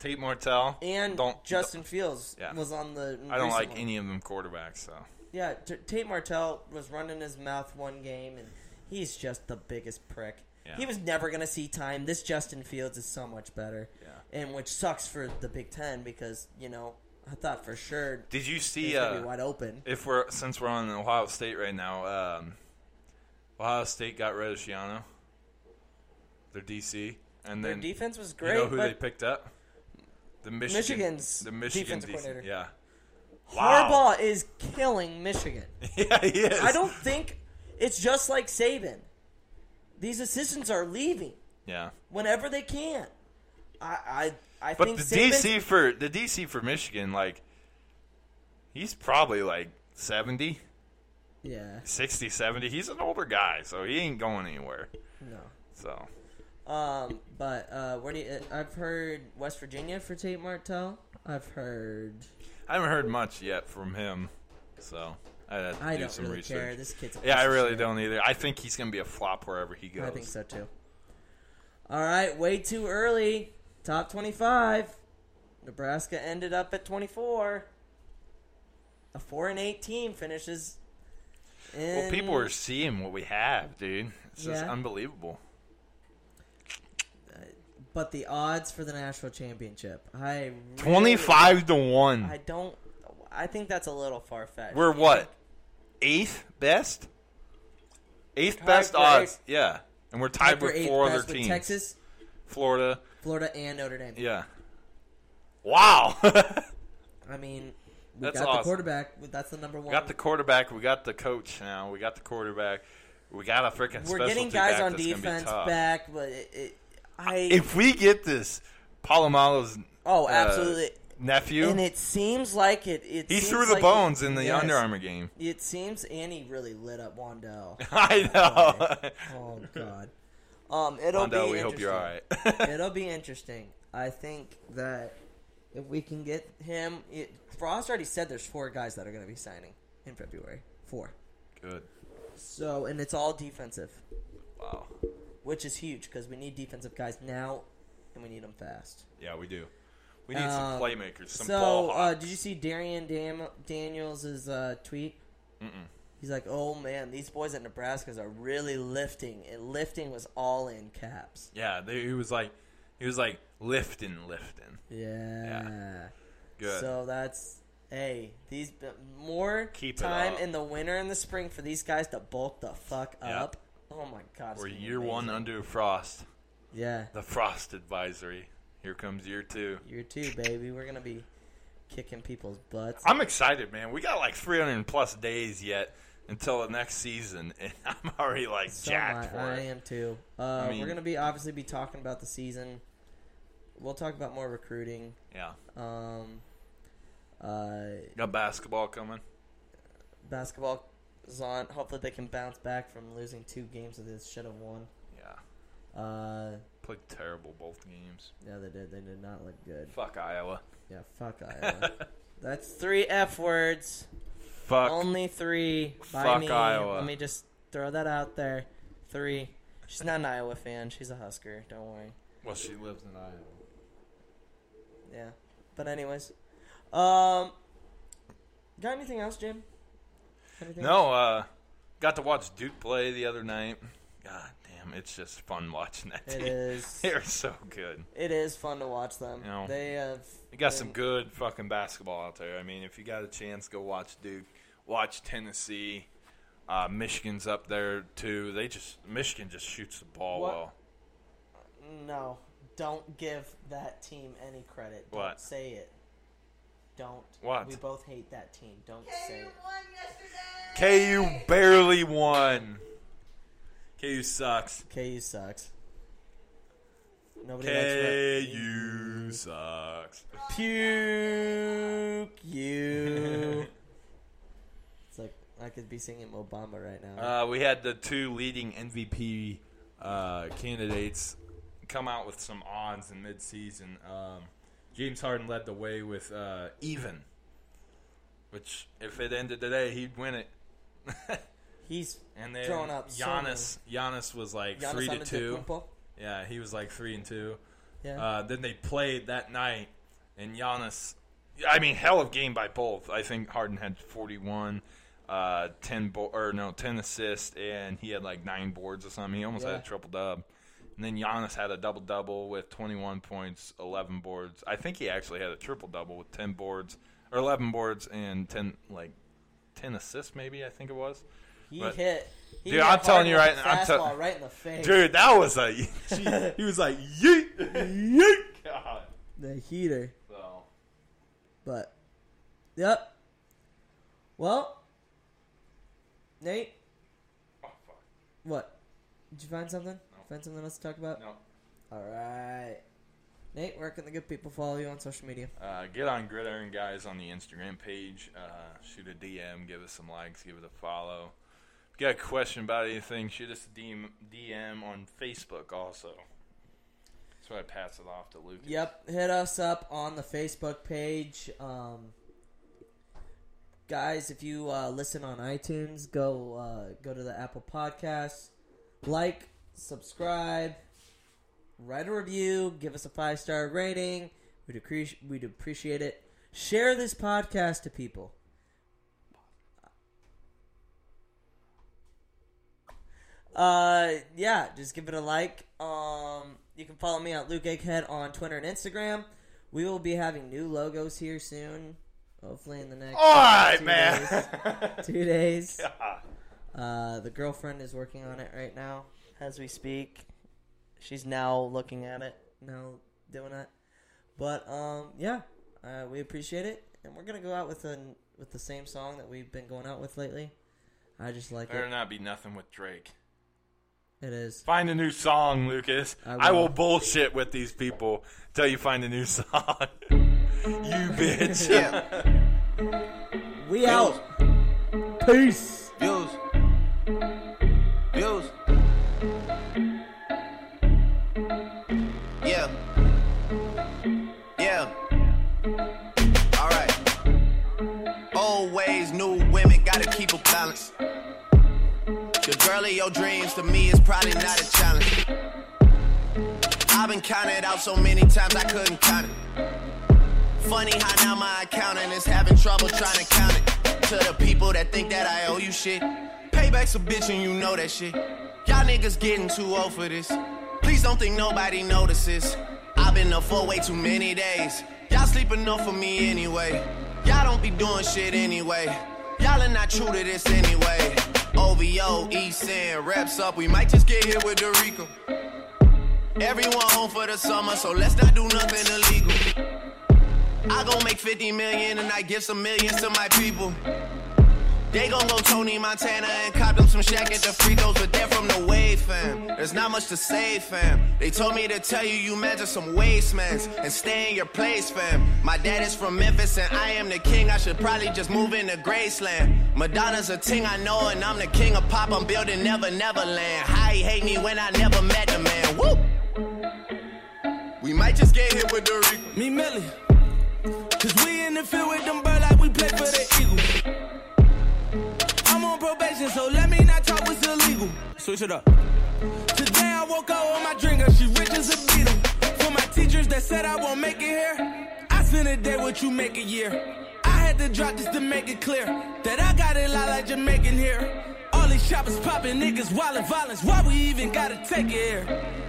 Speaker 1: Tate Martell
Speaker 2: and
Speaker 1: don't
Speaker 2: Justin Fields
Speaker 1: Yeah.
Speaker 2: was on the.
Speaker 1: I don't
Speaker 2: recent
Speaker 1: like
Speaker 2: one.
Speaker 1: any of them quarterbacks. So
Speaker 2: Yeah, T- Tate Martell was running his mouth one game, and he's just the biggest prick.
Speaker 1: Yeah.
Speaker 2: He was never going to see time. This Justin Fields is so much better,
Speaker 1: Yeah.
Speaker 2: and which sucks for the Big Ten because you know I thought for sure
Speaker 1: did you
Speaker 2: he's
Speaker 1: see?
Speaker 2: gonna be
Speaker 1: Uh,
Speaker 2: wide open.
Speaker 1: if we're since we're on Ohio State right now, um, Ohio State got rid of Shiano, their DC, and
Speaker 2: Their
Speaker 1: then
Speaker 2: defense was
Speaker 1: you
Speaker 2: great,
Speaker 1: know who they
Speaker 2: but
Speaker 1: picked up? The Michigan,
Speaker 2: Michigan's
Speaker 1: the Michigan
Speaker 2: defensive
Speaker 1: DC
Speaker 2: coordinator.
Speaker 1: Yeah, Wow.
Speaker 2: Harbaugh is killing Michigan.
Speaker 1: yeah, he is.
Speaker 2: I don't think it's just like Saban. These assistants are leaving
Speaker 1: Yeah.
Speaker 2: whenever they can. I I, I
Speaker 1: But
Speaker 2: think
Speaker 1: the
Speaker 2: Saban's-
Speaker 1: DC for the DC for Michigan, like he's probably like 70,
Speaker 2: yeah
Speaker 1: 60, 70. He's an older guy, so he ain't going anywhere.
Speaker 2: no.
Speaker 1: So
Speaker 2: Um, but uh, where do you, uh, I've heard West Virginia for Tate Martell. I've heard
Speaker 1: I haven't heard much yet from him. So I had to
Speaker 2: I
Speaker 1: do
Speaker 2: don't
Speaker 1: some
Speaker 2: really
Speaker 1: research.
Speaker 2: care. This kid's a piece
Speaker 1: yeah, I
Speaker 2: of
Speaker 1: really
Speaker 2: shit.
Speaker 1: don't either. I think he's gonna be a flop wherever he goes.
Speaker 2: I think so too. All right, way too early. Top twenty-five. Nebraska ended up at twenty-four. A four and eight team finishes. In,
Speaker 1: Well, people are seeing what we have, dude. It's just
Speaker 2: Yeah.
Speaker 1: unbelievable.
Speaker 2: but the odds for the national championship. I really-
Speaker 1: Twenty-five to one.
Speaker 2: I don't. I think that's a little far fetched.
Speaker 1: We're what? Eighth best? Eighth best
Speaker 2: for
Speaker 1: odds.
Speaker 2: eighth.
Speaker 1: Yeah. And we're tied
Speaker 2: We're
Speaker 1: with
Speaker 2: eighth
Speaker 1: four other
Speaker 2: best with
Speaker 1: teams.
Speaker 2: Texas,
Speaker 1: Florida.
Speaker 2: Florida, and Notre Dame.
Speaker 1: Yeah. Wow.
Speaker 2: I mean, we
Speaker 1: That's
Speaker 2: got
Speaker 1: awesome.
Speaker 2: the quarterback. That's the number one.
Speaker 1: we got the quarterback. We got the coach now. We got the quarterback. We got a freaking
Speaker 2: We're
Speaker 1: specialty
Speaker 2: getting guys
Speaker 1: back that's
Speaker 2: on
Speaker 1: gonna be
Speaker 2: defense
Speaker 1: tough.
Speaker 2: back, but it, it, I
Speaker 1: If we get this Palomalo's
Speaker 2: oh
Speaker 1: uh,
Speaker 2: absolutely.
Speaker 1: nephew,
Speaker 2: and it seems like it. it
Speaker 1: he
Speaker 2: seems
Speaker 1: threw the
Speaker 2: like-
Speaker 1: bones in the
Speaker 2: yes.
Speaker 1: Under Armour game.
Speaker 2: It seems Annie really lit up Wando.
Speaker 1: I know.
Speaker 2: oh God. Um, it'll
Speaker 1: Rondo,
Speaker 2: be.
Speaker 1: we hope you're all
Speaker 2: interesting.
Speaker 1: right.
Speaker 2: it'll be interesting. I think that if we can get him, it, Frost already said there's four guys that are going to be signing in February. Four.
Speaker 1: Good.
Speaker 2: So and it's all defensive.
Speaker 1: Wow.
Speaker 2: which is huge because we need defensive guys now, and we need them fast.
Speaker 1: Yeah, we do. We need some
Speaker 2: Um,
Speaker 1: playmakers, some ball
Speaker 2: so, uh,
Speaker 1: hawks.
Speaker 2: did you see Darian Dam- Daniels' uh, tweet? Mm-mm. He's like, "Oh man, these boys at Nebraska's are really lifting." And lifting was all in caps.
Speaker 1: Yeah, they, he was like, he was like lifting, lifting.
Speaker 2: Yeah.
Speaker 1: Good.
Speaker 2: So that's hey, these more
Speaker 1: Keep it
Speaker 2: time
Speaker 1: up.
Speaker 2: in the winter and the spring for these guys to bulk the fuck
Speaker 1: Yeah.
Speaker 2: up. Oh my god, it's
Speaker 1: We're
Speaker 2: gonna be
Speaker 1: year one
Speaker 2: amazing.
Speaker 1: under Frost,
Speaker 2: Yeah.
Speaker 1: the Frost advisory. Here comes year two.
Speaker 2: Year two, baby. We're gonna be kicking people's butts.
Speaker 1: I'm excited, man. We got like 300 plus days yet until the next season, and I'm already like
Speaker 2: So am I.
Speaker 1: jacked for
Speaker 2: I
Speaker 1: it.
Speaker 2: am too. Uh,
Speaker 1: mean-
Speaker 2: we're gonna be obviously be talking about the season. We'll talk about more recruiting.
Speaker 1: Yeah,
Speaker 2: Um, uh,
Speaker 1: got basketball coming.
Speaker 2: basketball is on. Hopefully they can bounce back from losing two games that they should have won.
Speaker 1: Yeah,
Speaker 2: Uh,
Speaker 1: played terrible both games.
Speaker 2: yeah, they did. They did not look good.
Speaker 1: Fuck Iowa.
Speaker 2: Yeah, fuck Iowa. That's three F words.
Speaker 1: Fuck.
Speaker 2: Only three. By
Speaker 1: Fuck
Speaker 2: me.
Speaker 1: Iowa.
Speaker 2: Let me just throw that out there. Three. She's not an Iowa fan. She's a Husker. Don't worry.
Speaker 1: well, she lives in Iowa.
Speaker 2: Yeah. But anyways, um, got anything else, Jim? Anything else?
Speaker 1: No, uh, got to watch Duke play the other night. God damn, it's just fun watching that
Speaker 2: It
Speaker 1: team.
Speaker 2: is.
Speaker 1: They're so good.
Speaker 2: It is fun to watch them.
Speaker 1: No.
Speaker 2: They have.
Speaker 1: You got
Speaker 2: been-
Speaker 1: some good fucking basketball out there. I mean, if you got a chance, go watch Duke. Watch Tennessee. Uh, Michigan's up there too. They just Michigan just shoots the ball
Speaker 2: What-
Speaker 1: well.
Speaker 2: No, don't give that team any credit. Don't
Speaker 1: What?
Speaker 2: say it. Don't.
Speaker 1: What?
Speaker 2: We both hate that team. Don't say it.
Speaker 1: KU barely won. KU sucks.
Speaker 2: KU sucks. Nobody likes red.
Speaker 1: KU sucks.
Speaker 2: Puke you. it's like I could be singing Obama right now.
Speaker 1: Uh, we had the two leading MVP uh, candidates come out with some odds in midseason. Um, James Harden led the way with uh, even, which if it ended today, he'd win it.
Speaker 2: He's
Speaker 1: And then
Speaker 2: throwing up so
Speaker 1: Giannis, Giannis was like
Speaker 2: many-
Speaker 1: three to
Speaker 2: Giannis
Speaker 1: two.
Speaker 2: Antetokounmpo?
Speaker 1: Yeah, he was like three and two.
Speaker 2: Yeah.
Speaker 1: Uh, then they played that night, and Giannis. I mean, hell of game by both. I think Harden had 41, uh, 10 bo- or no, 10 assists, and he had like nine boards or something. He almost had
Speaker 2: Yeah.
Speaker 1: a triple dub. And then Giannis had a double double with 21 points, 11 boards. I think he actually had a triple double with 10 boards or 11 boards and 10 like 10 assists, maybe I think it was.
Speaker 2: he
Speaker 1: but-
Speaker 2: hit. He
Speaker 1: Dude,
Speaker 2: hit
Speaker 1: I'm telling
Speaker 2: Harden
Speaker 1: you
Speaker 2: with
Speaker 1: right
Speaker 2: a
Speaker 1: now, I'm tell-
Speaker 2: fastball right in the face.
Speaker 1: Dude, that was a gee, he was like yeet yeet. God.
Speaker 2: The heater.
Speaker 1: So
Speaker 2: But, yep. Well, Nate,
Speaker 1: oh, fuck.
Speaker 2: what? Did you find something? Find something else to talk about?
Speaker 1: No.
Speaker 2: All right. Nate, where can the good people follow you on social media?
Speaker 1: Uh, get on Gridiron Guys on the Instagram page. Uh, shoot a DM. Give us some likes. Give it a follow. If you got a question about anything, shoot us a DM, DM on Facebook also. That's why I pass it off to Lucas.
Speaker 2: Yep, hit us up on the Facebook page. Um, guys, if you uh, listen on iTunes, go uh, go to the Apple Podcasts, like, subscribe, write a review, give us a five star rating. We'd appreciate we'd appreciate it. Share this podcast to people. Uh, yeah, just give it a like. Um, you can follow me at Luke Egghead on Twitter and Instagram. We will be having new logos here soon. Hopefully in the next
Speaker 1: All right,
Speaker 2: two
Speaker 1: man.
Speaker 2: days- two days. Uh, the girlfriend is working on it right now as we speak. She's now looking at it, now doing it. But um, yeah, uh, we appreciate it, and we're gonna go out with an with the same song that we've been going out with lately. I just like
Speaker 1: Better
Speaker 2: it.
Speaker 1: not be nothing with Drake.
Speaker 2: It is.
Speaker 1: Find a new song, Lucas. I
Speaker 2: I
Speaker 1: will,
Speaker 2: will.
Speaker 1: bullshit with these people till you find a new song. you bitch.
Speaker 2: We out. Peace.
Speaker 4: Views. Views. Yeah. Yeah. Alright. Old ways, new women, gotta keep a balance. The girl of your dreams to me is probably not a challenge. I've been counted out so many times I couldn't count it. Funny how now my accountant is having trouble trying to count it. To the people that think that I owe you shit. Payback's a bitch and you know that shit. Y'all niggas getting too old for this. Please don't think nobody notices. I've been up for way too many days. Y'all sleep enough for me anyway. Y'all don't be doing shit anyway. Y'all are not true to this anyway. OVO, East End, E reps up. We might just get hit with Dorico. Everyone home for the summer, so let's not do nothing illegal. I gon' make 50 million and I give some millions to my people. They gon' go Tony Montana and cop them some shack at the free throws, but they're from the wave, fam. There's not much to say, fam. They told me to tell you you measure some wastemans and stay in your place, fam. My dad is from Memphis and I am the king. I should probably just move into Graceland. Madonna's a ting I know and I'm the king of pop. I'm building Never Neverland. How he hate me when I never met the man. Woo! We might just get hit with the Rico.
Speaker 5: Me Millie. Cause we in the field with them birds like we play for the Eagles. I'm on probation, so let me not talk what's illegal. Switch it up. Today I woke up on my drinker, she rich as a beetle. For my teachers that said I won't make it here, I spent a day what you make a year. I had to drop this to make it clear that I got it lot like Jamaican here. All these shoppers popping niggas wild and violence. Why we even gotta take it here?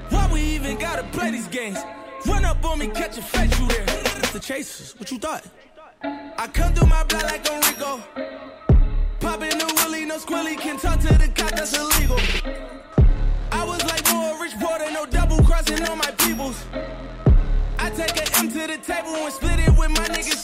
Speaker 5: Why we even gotta play these games? Run up on me, catch a face, you there. It's the chasers, what you thought? I come through my block like I'm Rico. Popping the willy, no squilly, can talk to the cop, that's illegal. I was like more rich water, no double crossing on my peoples. I take an M to the table and split it with my niggas.